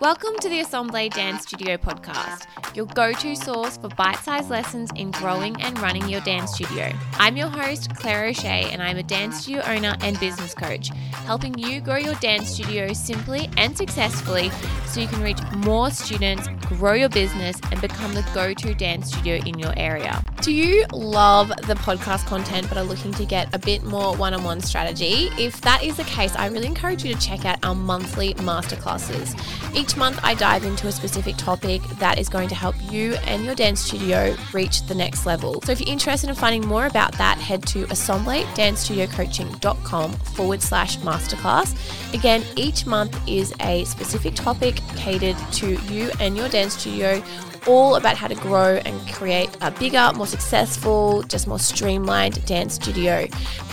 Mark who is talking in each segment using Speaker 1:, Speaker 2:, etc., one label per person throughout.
Speaker 1: Welcome to the Assemble Dance Studio podcast, your go to source for bite sized lessons in growing and running your dance studio. I'm your host, Claire O'Shea, and I'm a dance studio owner and business coach, helping you grow your dance studio simply and successfully so you can reach more students, grow your business, and become the go to dance studio in your area. Do you love the podcast content but are looking to get a bit more one on one strategy? If that is the case, I really encourage you to check out our monthly masterclasses. Each month, I dive into a specific topic that is going to help you and your dance studio reach the next level. So if you're interested in finding more about that, head to assembledancestudiocoaching.com forward slash masterclass. Again, each month is a specific topic catered to you and your dance studio all about how to grow and create a bigger, more successful, just more streamlined dance studio.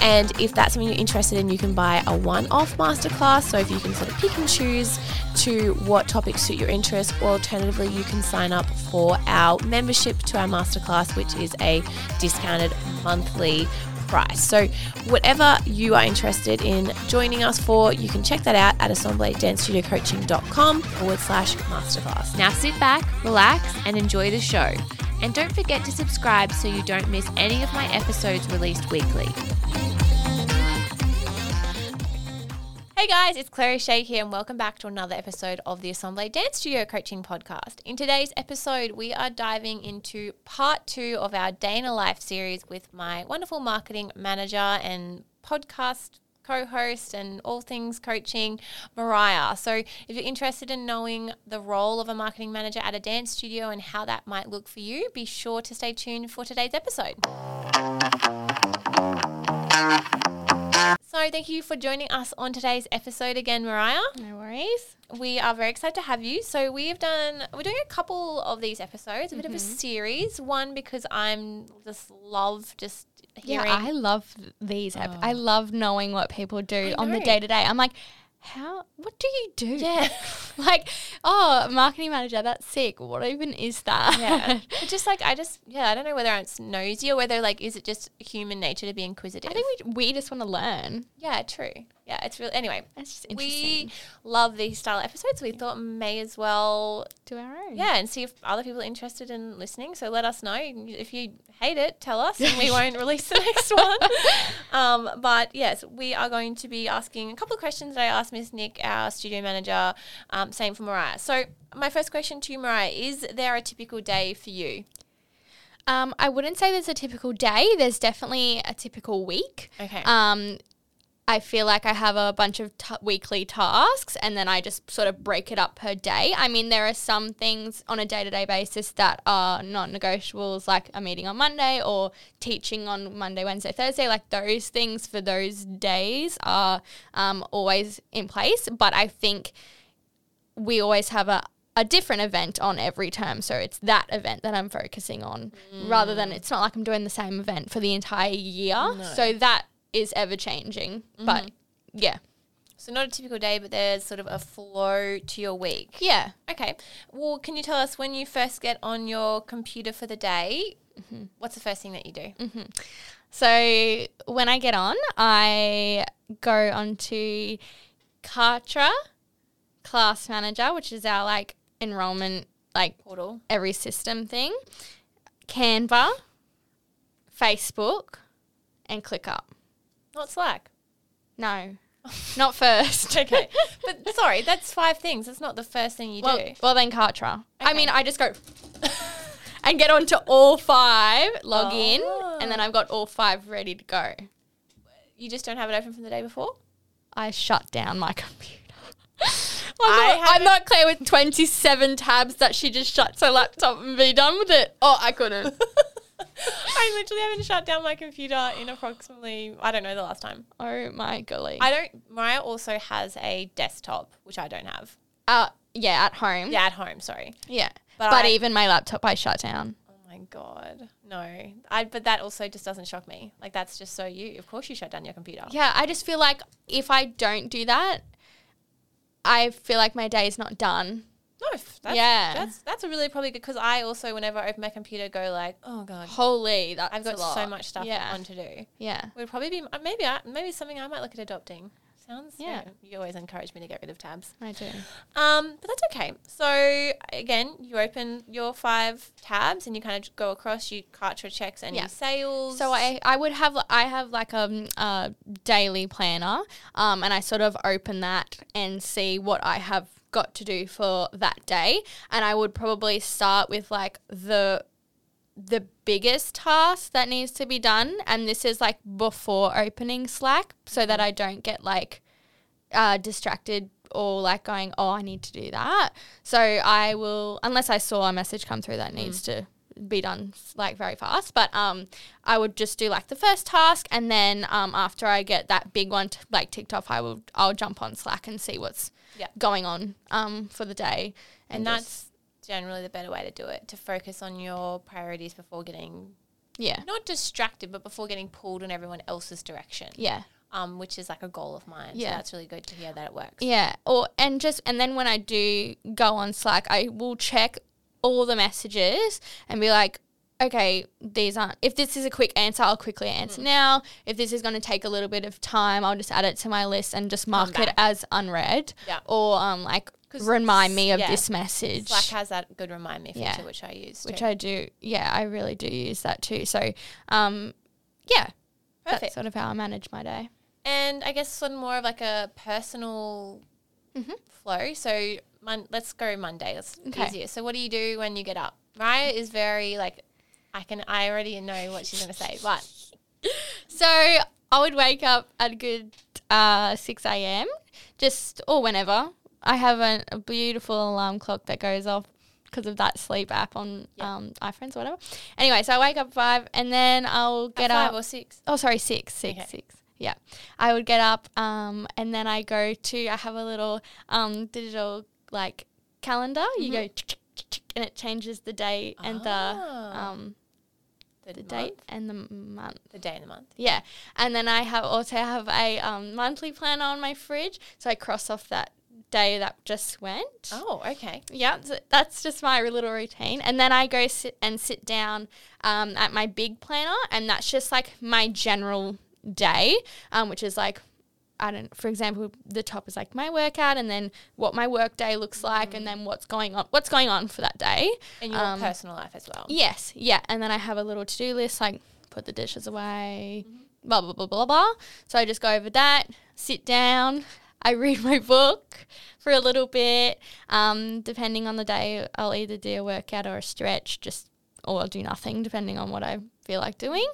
Speaker 1: And if that's something you're interested in, you can buy a one off masterclass. So if you can sort of pick and choose to what topics suit your interests, or alternatively, you can sign up for our membership to our masterclass, which is a discounted monthly price. So, whatever you are interested in joining us for, you can check that out at assembledancestudiocoaching.com forward slash masterclass. Now, sit back, relax, and enjoy the show. And don't forget to subscribe so you don't miss any of my episodes released weekly. Hey guys, it's Claire Shea here, and welcome back to another episode of the Assemble Dance Studio Coaching Podcast. In today's episode, we are diving into part two of our Day in a Life series with my wonderful marketing manager and podcast co host and all things coaching, Mariah. So, if you're interested in knowing the role of a marketing manager at a dance studio and how that might look for you, be sure to stay tuned for today's episode. So, thank you for joining us on today's episode again, Mariah.
Speaker 2: No worries.
Speaker 1: We are very excited to have you. So, we've done, we're doing a couple of these episodes, a bit of
Speaker 2: Mm-hmm.
Speaker 1: a series. One, because I'm just love just
Speaker 2: Yeah,
Speaker 1: hearing.
Speaker 2: I love these. ep- I love knowing what people do
Speaker 1: I
Speaker 2: on the
Speaker 1: know.
Speaker 2: day to day. I'm like, how? What do you do?
Speaker 1: yeah.
Speaker 2: like, oh, marketing manager. That's sick. What even is that?
Speaker 1: yeah. But just like, I just, yeah, I don't know whether it's nosy or whether, like, is it just human nature to be inquisitive?
Speaker 2: I think we we just want to learn.
Speaker 1: yeah, true. Yeah, it's really, anyway.
Speaker 2: That's just interesting.
Speaker 1: We love these style episodes. We thought may as well
Speaker 2: do our own.
Speaker 1: Yeah, and see if other people are interested in listening. So let us know. If you hate it, tell us and we won't release the next one. Um, but yes, we are going to be asking a couple of questions that I asked Miss Nick, our studio manager. Um, same for Mariah. So my first question to you, Mariah, is there a typical day for you?
Speaker 2: Um, I wouldn't say there's a typical day. There's definitely a typical week.
Speaker 1: Okay.
Speaker 2: Um, I feel like I have a bunch of t- weekly tasks and then I just sort of break it up per day. I mean, there are some things on a day to day basis that are non negotiables, like a meeting on Monday or teaching on Monday, Wednesday, Thursday. Like those things for those days are um, always in place. But I think we always have a, a different event on every term. So it's that event that I'm focusing on rather than it's not like I'm doing the same event for the entire year. So that is ever changing. But yeah.
Speaker 1: so not a typical day, but there's sort of a flow to your week.
Speaker 2: Yeah.
Speaker 1: Okay. Well, can you tell us when you first get on your computer for the day? What's the first thing that you do?
Speaker 2: So when I get on, I go onto Kartra Class Manager, which is our like enrollment, like
Speaker 1: Portal.
Speaker 2: every system thing, Canva, Facebook, and ClickUp.
Speaker 1: Not Slack.
Speaker 2: No, not first.
Speaker 1: okay. But sorry, that's five things. That's not the first thing you
Speaker 2: Well,
Speaker 1: do.
Speaker 2: well then Kartra. I
Speaker 1: Okay.
Speaker 2: mean, I just go and get onto all five, log in, and then
Speaker 1: Oh.
Speaker 2: I've got all five ready to go.
Speaker 1: You just don't have it open from the day before?
Speaker 2: I shut down my computer.
Speaker 1: I
Speaker 2: I'm, not, I'm
Speaker 1: haven't-
Speaker 2: not clear with 27 tabs that she just shuts her laptop and be done with it. Oh, I couldn't.
Speaker 1: I literally haven't shut down my computer in approximately, I don't know, the last time.
Speaker 2: oh my golly.
Speaker 1: I don't, Mariah also has a desktop, which I don't have.
Speaker 2: uh, yeah, at home.
Speaker 1: Yeah, at home, sorry.
Speaker 2: Yeah.
Speaker 1: But
Speaker 2: But,
Speaker 1: I-
Speaker 2: even my laptop, I shut down.
Speaker 1: Oh my God. No. I, but that also just doesn't shock me. Like, that's just so you. Of course, you shut down your computer.
Speaker 2: Yeah, I just feel like if I don't do that, I feel like my day is not done.
Speaker 1: No, f- that's,
Speaker 2: Yeah.
Speaker 1: That's, that's a really probably good, because I also, whenever I open my computer, go like, oh God,
Speaker 2: Holy, that's
Speaker 1: I've got
Speaker 2: a lot.
Speaker 1: so much stuff
Speaker 2: Yeah,
Speaker 1: on to do.
Speaker 2: yeah.
Speaker 1: would probably be uh, maybe I, maybe something I might look at adopting. sounds
Speaker 2: Yeah.
Speaker 1: You always encourage me to get rid of tabs.
Speaker 2: I do.
Speaker 1: Um, but that's okay. So again, you open your five tabs and you kind of go across. You cartridge checks any
Speaker 2: Yeah.
Speaker 1: sales.
Speaker 2: So I, I would have I have like a, um, a daily planner, um, and I sort of open that and see what I have got to do for that day, and I would probably start with like the the biggest task that needs to be done, and this is like before opening Slack, so that
Speaker 1: Mm-hmm.
Speaker 2: I don't get like uh, distracted or like going, oh, I need to do that. So I will, unless I saw a message come through that needs to be done like very fast, but um, I would just do like the first task, and then um, after I get that big one t- like ticked off, I will I'll jump on Slack and see what's
Speaker 1: Yeah.
Speaker 2: going on um for the day,
Speaker 1: and
Speaker 2: just-
Speaker 1: that's generally the better way to do it to focus on your priorities before getting
Speaker 2: yeah,
Speaker 1: not distracted, but before getting pulled in everyone else's direction.
Speaker 2: yeah.
Speaker 1: Um, which is like a goal of mine. So
Speaker 2: Yeah.
Speaker 1: that's really good to hear that it works.
Speaker 2: Yeah. Or and just and then when I do go on Slack, I will check all the messages and be like, okay, these aren't. If this is a quick answer, I'll quickly
Speaker 1: Mm.
Speaker 2: answer now. If this is going to take a little bit of time, I'll just add it to my list and just mark it
Speaker 1: back.
Speaker 2: as unread.
Speaker 1: Yeah.
Speaker 2: Or um like
Speaker 1: 'Cause
Speaker 2: remind
Speaker 1: s-
Speaker 2: me of
Speaker 1: yeah.
Speaker 2: this message.
Speaker 1: Slack has that good remind me feature,
Speaker 2: Yeah.
Speaker 1: which I use.
Speaker 2: which
Speaker 1: too.
Speaker 2: I do, yeah, I really do use that too. So, um, yeah, that's
Speaker 1: Perfect.
Speaker 2: sort of how I manage my day.
Speaker 1: and I guess sort of more of like a personal flow. So mon- let's go Monday. That's
Speaker 2: Mm-hmm. Okay.
Speaker 1: easier. So what do you do when you get up? Raya is very like I can I already know what she's gonna say, but
Speaker 2: So I would wake up at a good uh, 6 a.m. just or whenever. I have an, a beautiful alarm clock that goes off because of that sleep app on
Speaker 1: Yeah.
Speaker 2: um, iPhones or whatever. Anyway, so I wake up at 5 and then I'll
Speaker 1: at
Speaker 2: get
Speaker 1: five
Speaker 2: up.
Speaker 1: or six.
Speaker 2: Oh, sorry, six, six,
Speaker 1: Okay.
Speaker 2: six. Yeah, I would get up, um, and then I go to. I have a little um, digital like calendar.
Speaker 1: Mm-hmm.
Speaker 2: You go, and it changes the day and the
Speaker 1: Ah.
Speaker 2: um,
Speaker 1: The,
Speaker 2: the
Speaker 1: month,
Speaker 2: date and the month.
Speaker 1: the day and the month.
Speaker 2: Yeah, and then I have also have a um, monthly planner on my fridge, so I cross off that day that just went.
Speaker 1: Oh, okay.
Speaker 2: Yeah, so that's just my little routine, and then I go sit and sit down um, at my big planner, and that's just like my general day, um, which is like. I don't, for example, the top is like my workout and then what my work day looks like and then what's going on, what's going on for that day.
Speaker 1: And your
Speaker 2: Um,
Speaker 1: personal life as well.
Speaker 2: Yes, yeah. And then I have a little to do list like put the dishes away,
Speaker 1: Mm-hmm.
Speaker 2: blah, blah, blah, blah, blah. So I just go over that, sit down, I read my book for a little bit. Um, depending on the day, I'll either do a workout or a stretch, just or I'll do nothing, depending on what I feel like doing.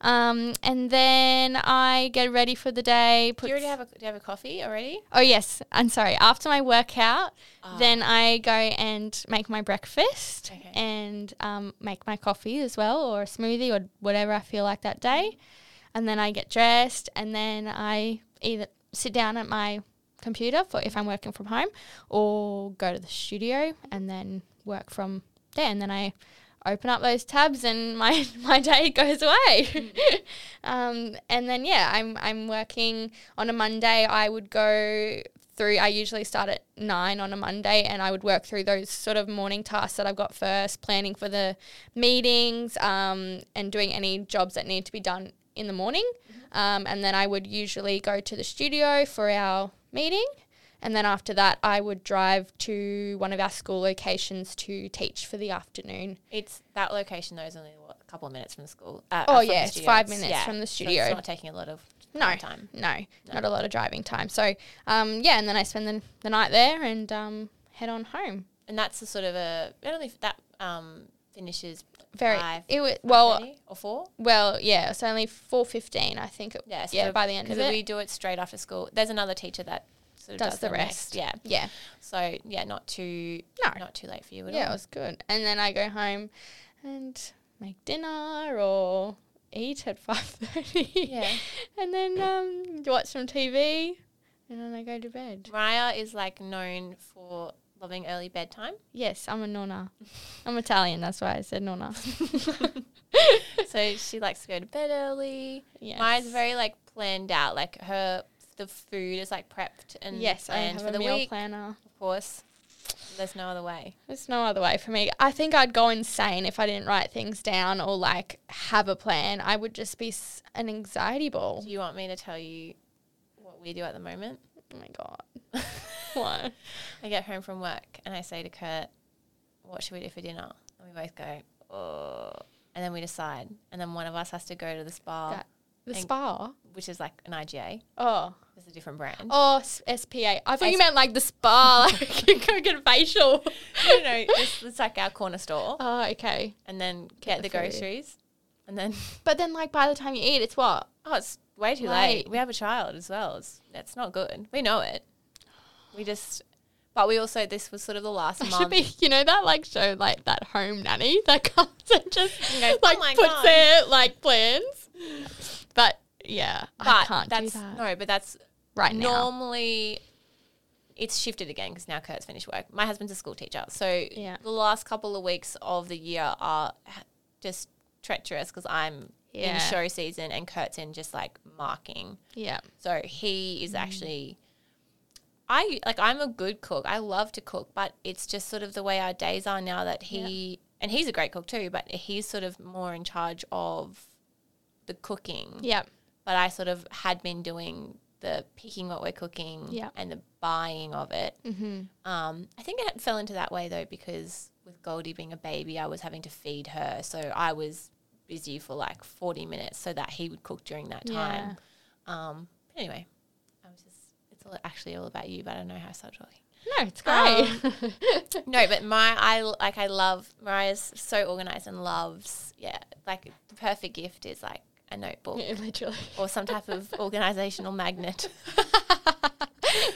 Speaker 2: Um, and then I get ready for the day.
Speaker 1: Do
Speaker 2: Put
Speaker 1: you already have a do you have a coffee already?
Speaker 2: Oh yes, I'm sorry. After my workout,
Speaker 1: Ah.
Speaker 2: then I go and make my breakfast
Speaker 1: Okay.
Speaker 2: and um, make my coffee as well, or a smoothie, or whatever I feel like that day. And then I get dressed, and then I either sit down at my computer for if I'm working from home, or go to the studio and then work from there. And then I open up those tabs, and my my day goes away.
Speaker 1: Mm.
Speaker 2: um, and then yeah, I'm I'm working on a Monday. I would go through. I usually start at nine on a Monday, and I would work through those sort of morning tasks that I've got first, planning for the meetings, um, and doing any jobs that need to be done in the morning. Um, and then I would usually go to the studio for our meeting. And then after that, I would drive to one of our school locations to teach for the afternoon.
Speaker 1: It's that location though is only what, a couple of minutes from school. Uh,
Speaker 2: Oh,
Speaker 1: from the
Speaker 2: yeah, it's
Speaker 1: studio.
Speaker 2: five minutes from the
Speaker 1: So
Speaker 2: studio.
Speaker 1: it's not taking a lot of
Speaker 2: No.
Speaker 1: time.
Speaker 2: No, not a lot of driving time. So, um, yeah, and then I spend the, the night there and um, head on home.
Speaker 1: And that's the sort of a I don't know if that um finishes
Speaker 2: Very
Speaker 1: Five,
Speaker 2: it wa- well,
Speaker 1: 5:30 or four.
Speaker 2: well, yeah. It's only four fifteen, I think. It,
Speaker 1: Yeah, so
Speaker 2: yeah, by the end of
Speaker 1: Because
Speaker 2: it.
Speaker 1: we do it straight after school. There's another teacher that sort of
Speaker 2: Does
Speaker 1: does,
Speaker 2: the
Speaker 1: the, rest.
Speaker 2: rest.
Speaker 1: Yeah.
Speaker 2: yeah,
Speaker 1: So yeah, not too
Speaker 2: No.
Speaker 1: not too late for you at
Speaker 2: yeah, it
Speaker 1: all.
Speaker 2: was good. And then I go home and make dinner or eat at five thirty.
Speaker 1: Yeah.
Speaker 2: and then um, watch some TV, and then I go to bed.
Speaker 1: Raya is like known for loving early bedtime.
Speaker 2: Yes, I'm a nonna. I'm Italian, that's why I said nonna.
Speaker 1: so she likes to go to bed early.
Speaker 2: Yes.
Speaker 1: Maya's very like planned out. Like her the food is like prepped and
Speaker 2: yes, I
Speaker 1: planned
Speaker 2: have
Speaker 1: for
Speaker 2: a
Speaker 1: the
Speaker 2: meal
Speaker 1: week.
Speaker 2: planner.
Speaker 1: Of course. There's no other way.
Speaker 2: There's no other way for me. I think I'd go insane if I didn't write things down or like have a plan. I would just be s- an anxiety ball.
Speaker 1: Do you want me to tell you what we we do at the moment.
Speaker 2: Oh my god. what?
Speaker 1: I get home from work and I say to Kurt, "What should we do for dinner?" And we both go, "Oh," and then we decide. And then one of us has to go to the spa,
Speaker 2: That- The
Speaker 1: And-
Speaker 2: spa.
Speaker 1: which is like an IGA.
Speaker 2: Oh.
Speaker 1: It's a different brand.
Speaker 2: Oh, s- SPA. I thought
Speaker 1: S-
Speaker 2: you meant like the spa, like you go get a facial.
Speaker 1: you know, it's, it's like our corner store,
Speaker 2: Oh, okay.
Speaker 1: and then get, the,
Speaker 2: the food.
Speaker 1: groceries, and then
Speaker 2: But then, like, by the time you eat, it's what?
Speaker 1: oh, it's way too late.
Speaker 2: Late.
Speaker 1: We have a child as well. It's that's not good. We know it. We just, but we also this was sort of the last
Speaker 2: It
Speaker 1: month.
Speaker 2: should be, you know, that like show, like that home nanny that comes and just
Speaker 1: And goes, "Oh
Speaker 2: like
Speaker 1: my
Speaker 2: puts
Speaker 1: God."
Speaker 2: their like plans. But yeah, I
Speaker 1: but
Speaker 2: can't
Speaker 1: that's
Speaker 2: do that
Speaker 1: no, but that's
Speaker 2: right now.
Speaker 1: normally it's shifted again because now Kurt's finished work. My husband's a school teacher, so
Speaker 2: Yeah.
Speaker 1: the last couple of weeks of the year are h- just treacherous because I'm in
Speaker 2: Yeah.
Speaker 1: show season and Kurt's in just like marking.
Speaker 2: Yeah,
Speaker 1: So he
Speaker 2: Mm.
Speaker 1: is actually. I like I'm a good cook. I love to cook, but it's just sort of the way our days are now that he and he's a great cook too, but he's sort of more in charge of the cooking
Speaker 2: yeah,
Speaker 1: but I sort of had been doing the picking what we're cooking
Speaker 2: Yeah.
Speaker 1: and the buying of it.
Speaker 2: mm-hmm.
Speaker 1: Um, I think it fell into that way though because with Goldie being a baby, I was having to feed her, so I was busy for like forty minutes so that he would cook during that time. Um, but anyway, I was just—it's all actually all about you, but I don't know how I started talking.
Speaker 2: No, it's great.
Speaker 1: No, but my I like I love Mariah's so organized and loves yeah like the perfect gift is like a notebook
Speaker 2: Yeah, literally.
Speaker 1: or some type of organizational magnet.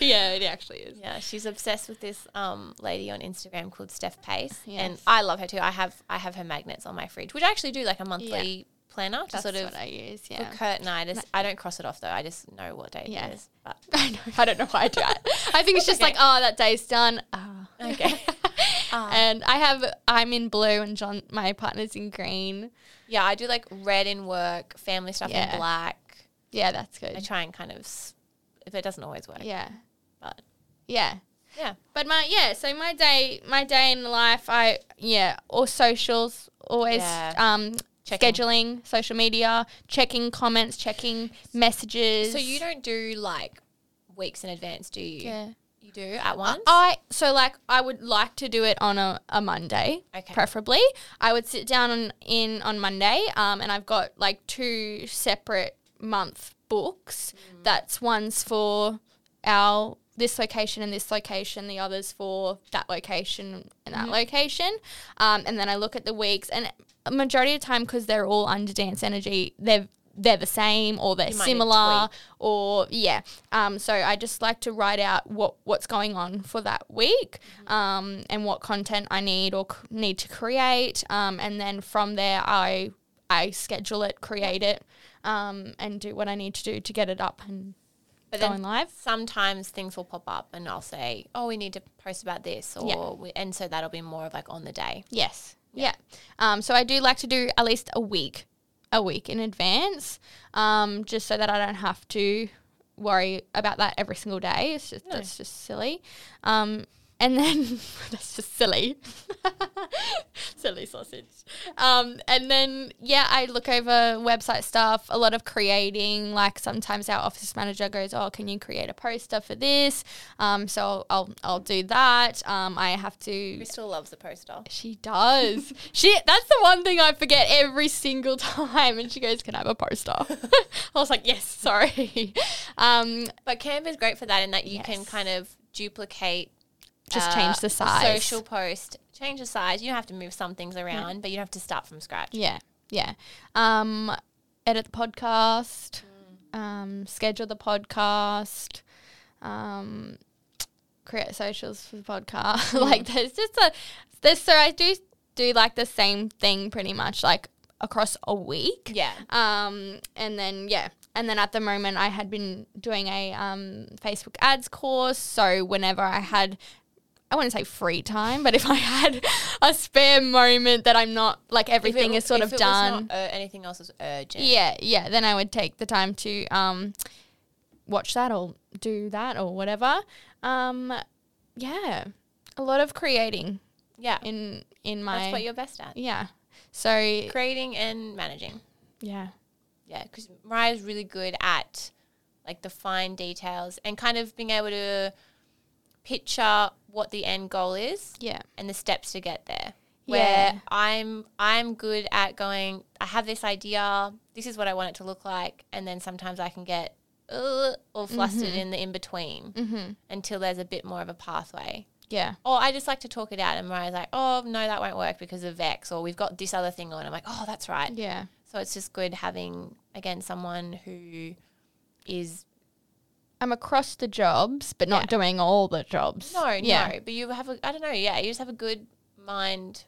Speaker 2: yeah, it actually is.
Speaker 1: Yeah, she's obsessed with this um, lady on Instagram called Steph Pace, and
Speaker 2: Yes.
Speaker 1: I love her too. I have I have her magnets on my fridge, which I actually do like a monthly planner to
Speaker 2: That's
Speaker 1: sort of
Speaker 2: what I use.
Speaker 1: for
Speaker 2: Yeah.
Speaker 1: Kurt and I. Just I don't cross it off though. I just know what day
Speaker 2: Yeah.
Speaker 1: it is. But
Speaker 2: I know. I don't know why I do it. I think it's just like, oh, that day's done. Ah.
Speaker 1: Okay. Ah.
Speaker 2: And I have I'm in blue and John my partner's in green.
Speaker 1: yeah, I do like red in work, family stuff
Speaker 2: Yeah.
Speaker 1: in black.
Speaker 2: Yeah, that's
Speaker 1: I
Speaker 2: good.
Speaker 1: try and kind of, s- if it doesn't always work,
Speaker 2: Yeah.
Speaker 1: but
Speaker 2: Yeah.
Speaker 1: yeah,
Speaker 2: But my yeah, so my day my day in life I yeah, or socials always
Speaker 1: Yeah.
Speaker 2: um
Speaker 1: Checking.
Speaker 2: scheduling, social media, checking comments, checking messages.
Speaker 1: So you don't do like weeks in advance, do you?
Speaker 2: yeah. Uh,
Speaker 1: You do at once.
Speaker 2: I so like I would like to do it on a, a Monday,
Speaker 1: Okay.
Speaker 2: preferably. I would sit down on, in on Monday, um, and I've got like two separate month books.
Speaker 1: Mm.
Speaker 2: That's one's for our this location and this location, the others for that location and
Speaker 1: Mm-hmm.
Speaker 2: that location, um, and then I look at the weeks and a majority of the time because they're all under dance energy, they're they're the same or they're
Speaker 1: You might need to
Speaker 2: similar or yeah. Um, so I just like to write out what what's going on for that week, um, and what content I need or c- need to create, um, and then from there I I schedule it, create it, um, and do what I need to do to get it up and
Speaker 1: But then
Speaker 2: going live.
Speaker 1: sometimes things will pop up and I'll say, oh, we need to post about this, or
Speaker 2: Yeah.
Speaker 1: we, and so that'll be more of like on the day.
Speaker 2: Yes. Yeah. Um, so I do like to do at least a week, a week in advance, um, just so that I don't have to worry about that every single day. It's just that's just silly. Um, and then that's just silly, silly sausage. Um, and then yeah, I look over website stuff. A lot of creating. Like sometimes our office manager goes, "Oh, can you create a poster for this?" Um, so I'll I'll do that. Um, I have to
Speaker 1: Crystal loves the poster.
Speaker 2: she does. she that's the one thing I forget every single time. And she goes, "Can I have a poster?" I was like, "Yes, sorry." Um,
Speaker 1: But Canva is great for that in that you can
Speaker 2: Yes.
Speaker 1: kind of duplicate.
Speaker 2: just
Speaker 1: uh,
Speaker 2: change the
Speaker 1: a
Speaker 2: size.
Speaker 1: Social post, change the size. You don't have to move some things around, but you don't have to start from scratch.
Speaker 2: Yeah, yeah. Um, edit the podcast. Um, schedule the podcast. Um, create socials for the podcast. like there's just a there's so I do do like the same thing pretty much like across a week.
Speaker 1: Yeah.
Speaker 2: Um, and then yeah, and then at the moment I had been doing a um, Facebook ads course, so whenever I had. I wouldn't say free time, but if I had a spare moment that I'm not like
Speaker 1: If it
Speaker 2: everything
Speaker 1: w-
Speaker 2: is sort
Speaker 1: if
Speaker 2: of
Speaker 1: it was
Speaker 2: done,
Speaker 1: not, uh, anything else is urgent.
Speaker 2: yeah, yeah. Then I would take the time to um, watch that or do that or whatever. Um, yeah, a lot of creating
Speaker 1: Yeah.
Speaker 2: in in my
Speaker 1: That's what you're best at.
Speaker 2: yeah. So
Speaker 1: Creating and managing.
Speaker 2: yeah,
Speaker 1: Yeah, because Mariah's really good at like the fine details and kind of being able to picture what the end goal is
Speaker 2: Yeah.
Speaker 1: and the steps to get there.
Speaker 2: Yeah.
Speaker 1: Where I'm I'm good at going, I have this idea, this is what I want it to look like, and then sometimes I can get uh, all flustered in the in between
Speaker 2: Mm-hmm.
Speaker 1: until there's a bit more of a pathway.
Speaker 2: Yeah.
Speaker 1: Or I just like to talk it out and Mariah's like, Oh no, that won't work because of Vex or we've got this other thing on. I'm like, Oh, that's right.
Speaker 2: Yeah.
Speaker 1: So it's just good having again someone who is
Speaker 2: I'm across the jobs, but not doing all the jobs.
Speaker 1: no,
Speaker 2: yeah.
Speaker 1: no. But you have a I don't know, yeah, you just have a good mind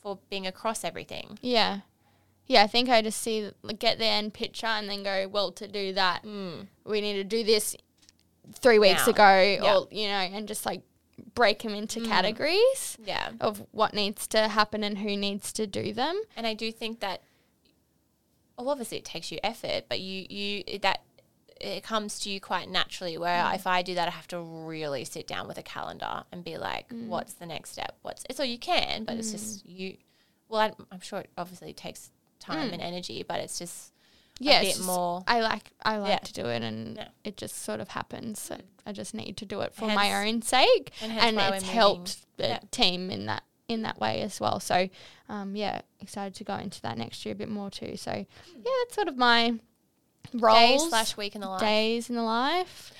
Speaker 1: for being across everything.
Speaker 2: Yeah. Yeah, I think I just see like, get the end picture and then go, well, to do that,
Speaker 1: Hmm.
Speaker 2: we need to do this three weeks
Speaker 1: Now. Mm.
Speaker 2: ago, or you know, and just like break them into categories
Speaker 1: Yeah.
Speaker 2: of what needs to happen and who needs to do them.
Speaker 1: and I do think that well, obviously it takes you effort, but you you that it comes to you quite naturally. Where if I do that, I have to really sit down with a calendar and be like, what's the next step? What's it's all you can, but it's just you. Well, I'm, I'm sure it obviously takes time and energy, but it's just
Speaker 2: Yeah,
Speaker 1: a
Speaker 2: it's
Speaker 1: bit
Speaker 2: just-
Speaker 1: more.
Speaker 2: I like I like
Speaker 1: Yeah.
Speaker 2: to do it, and
Speaker 1: Yeah.
Speaker 2: it just sort of happens. I, I just need to do it for
Speaker 1: Hence-
Speaker 2: my own sake,
Speaker 1: and
Speaker 2: and,
Speaker 1: hence why we're
Speaker 2: it's
Speaker 1: moving.
Speaker 2: helped the
Speaker 1: Yeah.
Speaker 2: team in that in that way as well. So, um, yeah, excited to go into that next year a bit more too. So, yeah, that's sort of my
Speaker 1: Day
Speaker 2: roles
Speaker 1: slash week in the life.
Speaker 2: days in the life.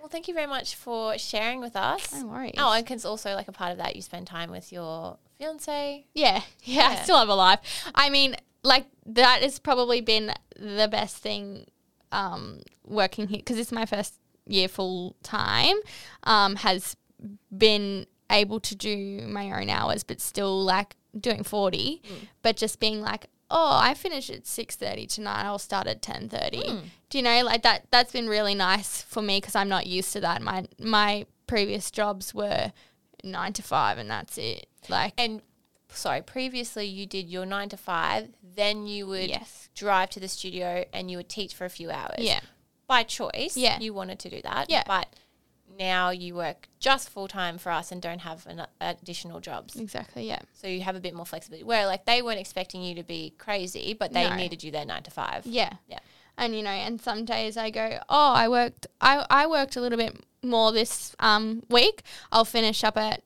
Speaker 1: Well, thank you very much for sharing with us.
Speaker 2: No worries.
Speaker 1: Oh, and 'cause also like a part of that, you spend time with your fiance.
Speaker 2: Yeah, yeah,
Speaker 1: Yeah.
Speaker 2: I still have a life. I mean, like that has probably been the best thing um, working here because it's my first year full time. Um, has been able to do my own hours, but still like doing forty, but just being like. Oh, I finish at six thirty tonight. I'll start at ten thirty. Do you know like that? That's been really nice for me because I'm not used to that. My my previous jobs were nine to five, and that's it. Like
Speaker 1: And sorry, previously you did your nine to five, then you would
Speaker 2: Yes.
Speaker 1: drive to the studio and you would teach for a few hours.
Speaker 2: Yeah.
Speaker 1: By choice.
Speaker 2: Yeah.
Speaker 1: You wanted to do that.
Speaker 2: Yeah.
Speaker 1: But now you work just full time for us and don't have an additional
Speaker 2: Mm.
Speaker 1: jobs.
Speaker 2: Exactly. Yeah.
Speaker 1: So you have a bit more flexibility. Where like they weren't expecting you to be crazy, but they
Speaker 2: No.
Speaker 1: needed you there nine to five.
Speaker 2: Yeah.
Speaker 1: Yeah.
Speaker 2: And you know, and some days I go, oh, I worked. I I worked a little bit more this um week. I'll finish up at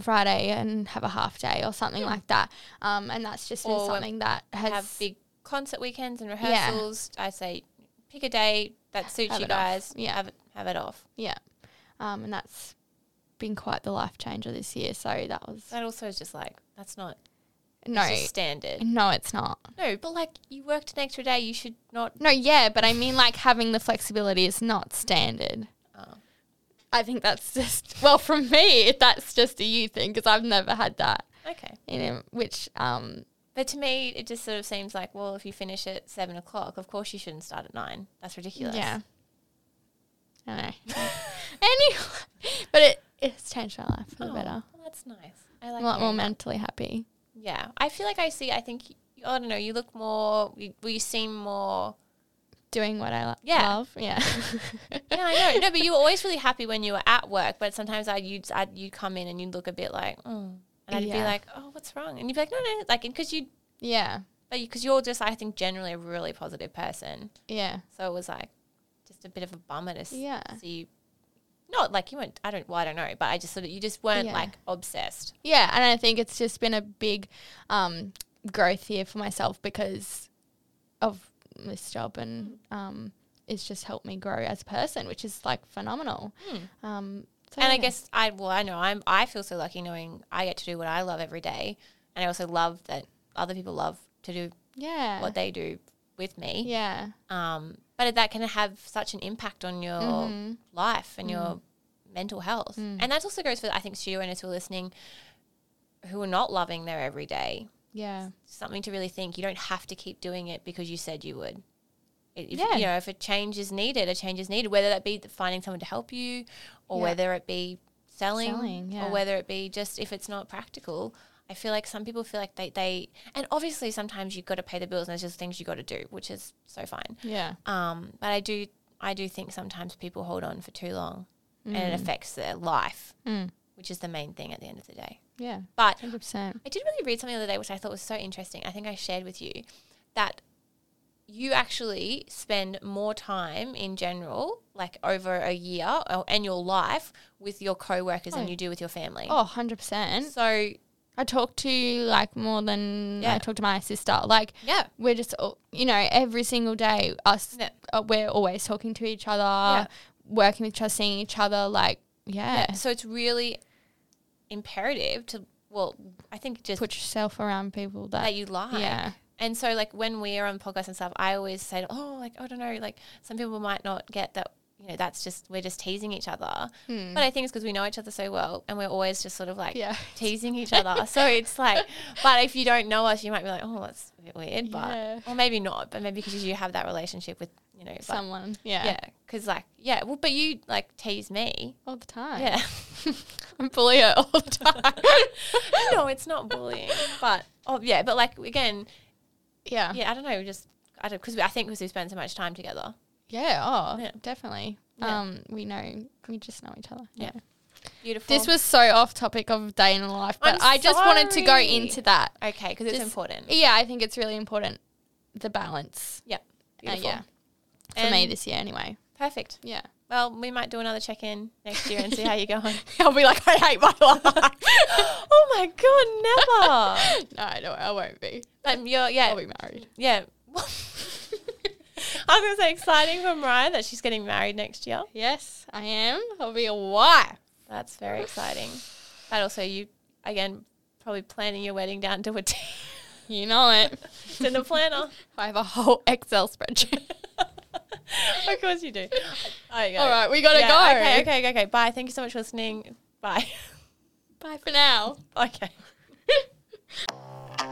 Speaker 2: Friday and have a half day or something like that. Um, and that's just been
Speaker 1: Or when
Speaker 2: something that has
Speaker 1: Have big concert weekends and rehearsals. I say pick a day that suits
Speaker 2: Have
Speaker 1: you
Speaker 2: it off.
Speaker 1: guys.
Speaker 2: Yeah.
Speaker 1: Have it have it off.
Speaker 2: yeah, um, and that's been quite the life changer this year. So that was
Speaker 1: That also is just like that's not
Speaker 2: no,
Speaker 1: it's just standard.
Speaker 2: no, it's not.
Speaker 1: No, but like you worked an extra day, you should not.
Speaker 2: No, yeah, but I mean, like having the flexibility is not standard.
Speaker 1: Oh.
Speaker 2: I think that's just well from me. If that's just a you thing, because I've never had that.
Speaker 1: Okay.
Speaker 2: you know, which um
Speaker 1: But to me, it just sort of seems like, well, if you finish at seven o'clock, of course you shouldn't start at nine. That's ridiculous. Oh,
Speaker 2: yeah. I don't know. anyway, but it it's changed my life for
Speaker 1: Oh,
Speaker 2: the better.
Speaker 1: Well, that's nice. I
Speaker 2: I'm
Speaker 1: like
Speaker 2: a lot
Speaker 1: hearing
Speaker 2: more
Speaker 1: that.
Speaker 2: mentally happy.
Speaker 1: Yeah. I feel like I see, I think, I don't know, you look more, you, well, you seem more.
Speaker 2: Doing what I lo-
Speaker 1: Yeah.
Speaker 2: love. Yeah.
Speaker 1: Yeah, I know. No, but you were always really happy when you were at work, but sometimes I'd, you'd, I'd, you'd come in and you'd look a bit like, mm. And I'd be
Speaker 2: Yeah.
Speaker 1: like, oh, what's wrong? And you'd be like, no, no, like, because you,
Speaker 2: yeah.
Speaker 1: because you're just, I think, generally a really positive person.
Speaker 2: Yeah.
Speaker 1: So it was like just a bit of a bummer to s-
Speaker 2: Yeah.
Speaker 1: see. Not like you weren't. I don't. Well, I don't know. But I just sort of you just weren't
Speaker 2: Yeah.
Speaker 1: like obsessed.
Speaker 2: Yeah. And I think it's just been a big um growth here for myself because of this job and
Speaker 1: Mm-hmm.
Speaker 2: um it's just helped me grow as a person, which is like phenomenal. Um
Speaker 1: Hmm.
Speaker 2: so
Speaker 1: and I
Speaker 2: yeah.
Speaker 1: guess I. Well, I know. I'm. I feel so lucky knowing I get to do what I love every day, and I also love that other people love to do
Speaker 2: yeah.
Speaker 1: what they do with me.
Speaker 2: yeah.
Speaker 1: Um. But that can have such an impact on your
Speaker 2: Mhm.
Speaker 1: life and your mental health.
Speaker 2: Mm.
Speaker 1: And that also goes for I think studio owners who are listening, who are not loving their everyday.
Speaker 2: Yeah.
Speaker 1: something to really think. You don't have to keep doing it because you said you would. If, if-
Speaker 2: Yeah.
Speaker 1: You know, if a change is needed, a change is needed, whether that be th- finding someone to help you or
Speaker 2: Yeah.
Speaker 1: whether it be selling,
Speaker 2: Selling, yeah.
Speaker 1: or whether it be just if it's not practical. I feel like some people feel like they, they and obviously sometimes you've got to pay the bills and there's just things you got to do, which is so fine.
Speaker 2: Yeah.
Speaker 1: Um, but I do I do think sometimes people hold on for too long and it affects their life,
Speaker 2: Mm.
Speaker 1: which is the main thing at the end of the day.
Speaker 2: Yeah.
Speaker 1: But
Speaker 2: Hundred percent.
Speaker 1: I did really read something the other day, which I thought was so interesting. I think I shared with you that you actually spend more time in general, like over a year or, and your life with your coworkers than
Speaker 2: Oh.
Speaker 1: you do with your family.
Speaker 2: Oh, 100%.
Speaker 1: So,
Speaker 2: I talk to like more than
Speaker 1: Yeah.
Speaker 2: I talk to my sister. Like,
Speaker 1: yeah.
Speaker 2: we're just all- you know every single day us
Speaker 1: Yeah.
Speaker 2: uh, we're always talking to each other
Speaker 1: Yeah.
Speaker 2: working with each other seeing each other like yeah,
Speaker 1: So it's really imperative to, well, I think just
Speaker 2: put yourself around people that,
Speaker 1: that you like.
Speaker 2: yeah
Speaker 1: And so, like, when we are on podcasts and stuff, I always say, oh, like, I don't know, like, some people might not get that, you know, that's just, we're just teasing each other. But I think it's because we know each other so well and we're always just sort of like
Speaker 2: Hmm. Mm. Yeah.
Speaker 1: teasing each other. so it's like, but if you don't know us, you might be like, oh, that's a bit weird. But,
Speaker 2: Yeah.
Speaker 1: or maybe not, but maybe because you have that relationship with, you know, but,
Speaker 2: someone yeah.
Speaker 1: yeah. Because, like, yeah, well, but you, like, tease me.
Speaker 2: all the time
Speaker 1: Yeah.
Speaker 2: i'm bully her all the time
Speaker 1: no, it's not bullying. But, oh, yeah, but, like, again,
Speaker 2: yeah. yeah
Speaker 1: yeah, I don't know, just, I don't, because I think because we spend so much time together.
Speaker 2: oh
Speaker 1: Yeah.
Speaker 2: definitely
Speaker 1: Yeah.
Speaker 2: um we know we just know each other
Speaker 1: Yeah. Beautiful.
Speaker 2: this was so off topic of day in the life but
Speaker 1: Oh. I'm
Speaker 2: i just wanted to go
Speaker 1: sorry.
Speaker 2: into that
Speaker 1: okay because it's
Speaker 2: just-
Speaker 1: important.
Speaker 2: yeah i think it's really important the balance
Speaker 1: yeah,
Speaker 2: uh,
Speaker 1: beautiful.
Speaker 2: yeah for me
Speaker 1: And-
Speaker 2: this year anyway
Speaker 1: perfect.
Speaker 2: yeah
Speaker 1: Well, we might do another check in next year and see how you're going.
Speaker 2: I'll be like, I hate my life.
Speaker 1: oh my god, never.
Speaker 2: no, no, I won't be.
Speaker 1: but Um, you're
Speaker 2: I'll
Speaker 1: yeah
Speaker 2: be married.
Speaker 1: yeah. I was gonna say exciting for Mariah that she's getting married next year.
Speaker 2: yes, I am. I'll be a wife.
Speaker 1: That's very exciting. But also you again probably planning your wedding down to a T.
Speaker 2: You know it.
Speaker 1: it's in the planner.
Speaker 2: I have a whole Excel spreadsheet.
Speaker 1: of course you do. Oh, you go.
Speaker 2: All right, we gotta
Speaker 1: Yeah,
Speaker 2: go.
Speaker 1: Okay, okay, okay, okay. Bye. Thank you so much for listening. Bye.
Speaker 2: Bye for now.
Speaker 1: Okay.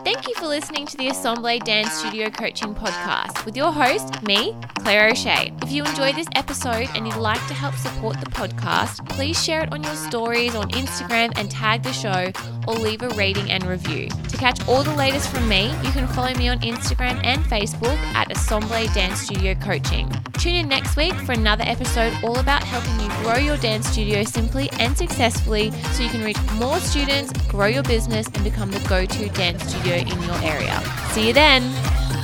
Speaker 1: Thank you for listening to the Assemble Dance Studio Coaching Podcast with your host, me, Claire O'Shea. If you enjoy this episode and you'd like to help support the podcast, please share it on your stories on Instagram and tag the show or leave a rating and review. To catch all the latest from me, you can follow me on Instagram and Facebook at Assemble Dance Studio Coaching. Tune in next week for another episode all about helping you grow your dance studio simply and successfully so you can reach more students, grow your business, and become the go to dance studio in your area. See you then!